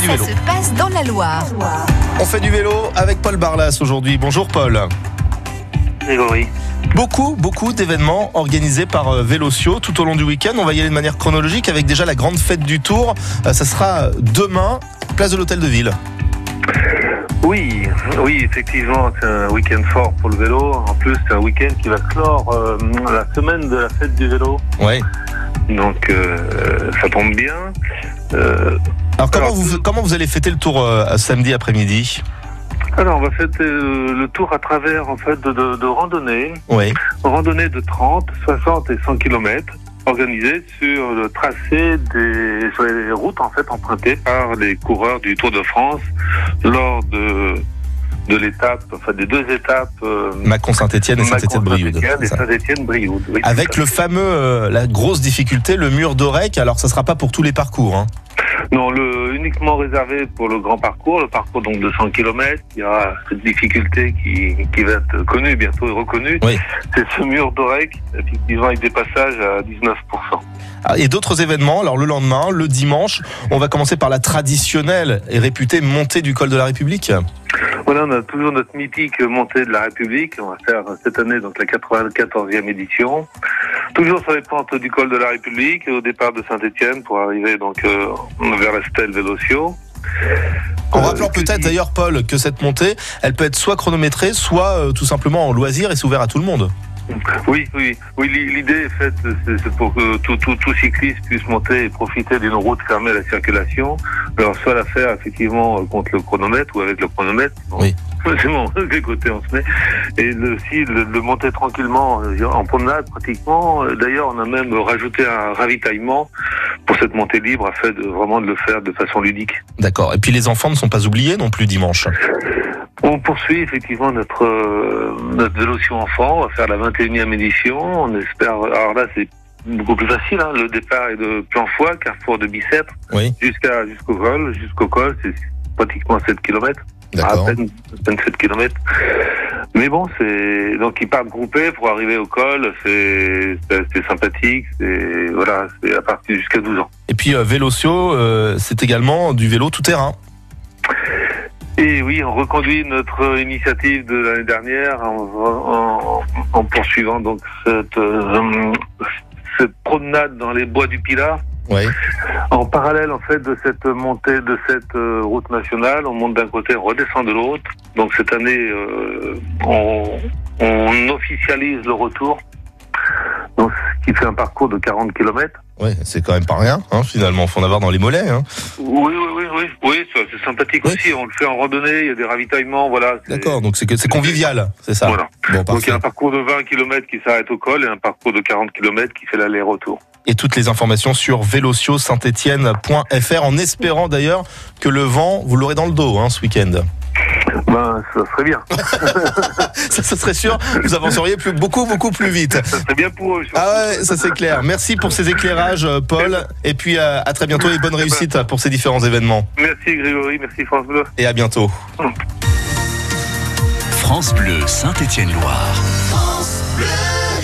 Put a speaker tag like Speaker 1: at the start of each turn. Speaker 1: du
Speaker 2: ça
Speaker 1: vélo.
Speaker 2: se passe dans la Loire.
Speaker 1: On fait du vélo avec Paul Barlas aujourd'hui. Bonjour Paul.
Speaker 3: Grégory.
Speaker 1: Beaucoup, beaucoup d'événements organisés par euh, Vélocio tout au long du week-end. On va y aller de manière chronologique avec déjà la grande fête du Tour. Euh, Ça sera demain, place de l'Hôtel de Ville.
Speaker 3: Oui, oui, effectivement, c'est un week-end fort pour le vélo. En plus, c'est un week-end qui va clore euh, la semaine de la fête du vélo.
Speaker 1: Ouais.
Speaker 3: Donc, euh, ça tombe bien. Euh,
Speaker 1: Alors comment
Speaker 3: Alors,
Speaker 1: vous, comment vous allez fêter le Tour euh, samedi après-midi
Speaker 3: alors, on va faire euh, le tour à travers en fait de, de, de randonnées,
Speaker 1: Ouais.
Speaker 3: randonnées de 30, 60 et 100 km organisées sur le tracé des sur les routes en fait empruntées par les coureurs du Tour de France lors de de l'étape, enfin des deux étapes. euh,
Speaker 1: Macon Saint-Étienne et Saint-Étienne-Brioude.
Speaker 3: Macron, Saint-Étienne
Speaker 1: C'est
Speaker 3: et
Speaker 1: ça.
Speaker 3: Saint-Étienne-Brioude, oui,
Speaker 1: Avec
Speaker 3: c'est
Speaker 1: le fameux, euh, la grosse difficulté, le mur d'Orec. Alors ça sera pas pour tous les parcours. Hein.
Speaker 3: ça. Non, le, uniquement réservé pour le grand parcours, le parcours donc de 100 km. Il y aura cette difficulté qui, qui va être connue bientôt et reconnue.
Speaker 1: Oui.
Speaker 3: C'est ce mur d'Orec, effectivement, avec des passages à 19%.
Speaker 1: Ah, Et d'autres événements, alors le lendemain, le dimanche, on va commencer par la traditionnelle et réputée montée du col de la République.
Speaker 3: Voilà, on a toujours notre mythique montée de la République. On va faire euh, cette année donc la 94e édition. Toujours sur les pentes du col de la République, au départ de Saint-Étienne pour arriver donc euh, vers la stèle Vélocio.
Speaker 1: En
Speaker 3: Euh,
Speaker 1: rappelant
Speaker 3: que
Speaker 1: peut-être
Speaker 3: dit-
Speaker 1: d'ailleurs, Paul, que cette montée, elle peut être soit chronométrée, soit euh, tout simplement en loisir et c'est ouvert à tout le monde.
Speaker 3: Oui, oui, oui. li- L'idée est faite, c'est c'est pour que tout, tout, tout cycliste puisse monter et profiter d'une route fermée à la circulation. Alors, soit la faire effectivement euh, contre le chronomètre ou avec le chronomètre. Bon.
Speaker 1: Oui.
Speaker 3: C'est bon, de quel côté on se met. Et le, si le, le monter tranquillement euh, en promenade pratiquement. Euh, D'ailleurs, on a même rajouté un ravitaillement pour cette montée libre afin de vraiment de le faire de façon ludique.
Speaker 1: D'accord. Et puis les enfants ne sont pas oubliés non plus dimanche.
Speaker 3: On poursuit effectivement notre euh, notre vélo sur enfant. On va faire la 21e édition. On espère. Alors là, c'est beaucoup plus facile. hein. Le départ est de Planfoy, carrefour de Bicêtre,
Speaker 1: Oui.
Speaker 3: jusqu'à jusqu'au col, jusqu'au col. C'est pratiquement 7 km. À peine, à peine 7 km. Mais bon, c'est donc ils partent groupés pour arriver au col. C'est c'est- c'est sympathique. C'est voilà, c'est à partir jusqu'à 12 ans.
Speaker 1: Et puis euh, Vélocio, euh, c'est également du vélo tout terrain.
Speaker 3: Et oui, on reconduit notre initiative de l'année dernière en, en- en poursuivant donc cette, euh, cette promenade dans les bois du Pilat.
Speaker 1: Oui.
Speaker 3: En parallèle, en fait, de cette montée de cette euh, route nationale, on monte d'un côté, on redescend de l'autre. Donc cette année, euh, on, on officialise le retour, donc ce qui fait un parcours de 40 km.
Speaker 1: Ouais, c'est quand même pas rien, hein, finalement. Faut en avoir dans les mollets. Hein.
Speaker 3: Oui, oui, oui, oui, oui, ça, c'est sympathique
Speaker 1: Oui.
Speaker 3: aussi. On le fait en randonnée, il y a des ravitaillements, voilà. c'est-
Speaker 1: D'accord. Donc c'est que c'est convivial, c'est ça.
Speaker 3: Voilà.
Speaker 1: Bon,
Speaker 3: Donc il
Speaker 1: parfait.
Speaker 3: y a un parcours de 20 km qui s'arrête au col et un parcours de 40 km qui fait l'aller-retour.
Speaker 1: Et toutes les informations sur vélocio-saint-etienne.fr en espérant d'ailleurs que le vent, vous l'aurez dans le dos hein, ce week-end.
Speaker 3: Ben, ça serait bien.
Speaker 1: Ça, ce serait sûr, vous avanceriez plus, beaucoup, beaucoup plus vite.
Speaker 3: Ça serait bien pour eux.
Speaker 1: Ah ouais, ça c'est clair. Merci pour ces éclairages, euh, Paul. Et puis euh, à très bientôt et bonne réussite pour ces différents événements.
Speaker 3: Merci Grégory, merci France Bleu.
Speaker 1: Et à bientôt.
Speaker 4: France Bleu Saint-Étienne-Loire.
Speaker 5: France Bleu.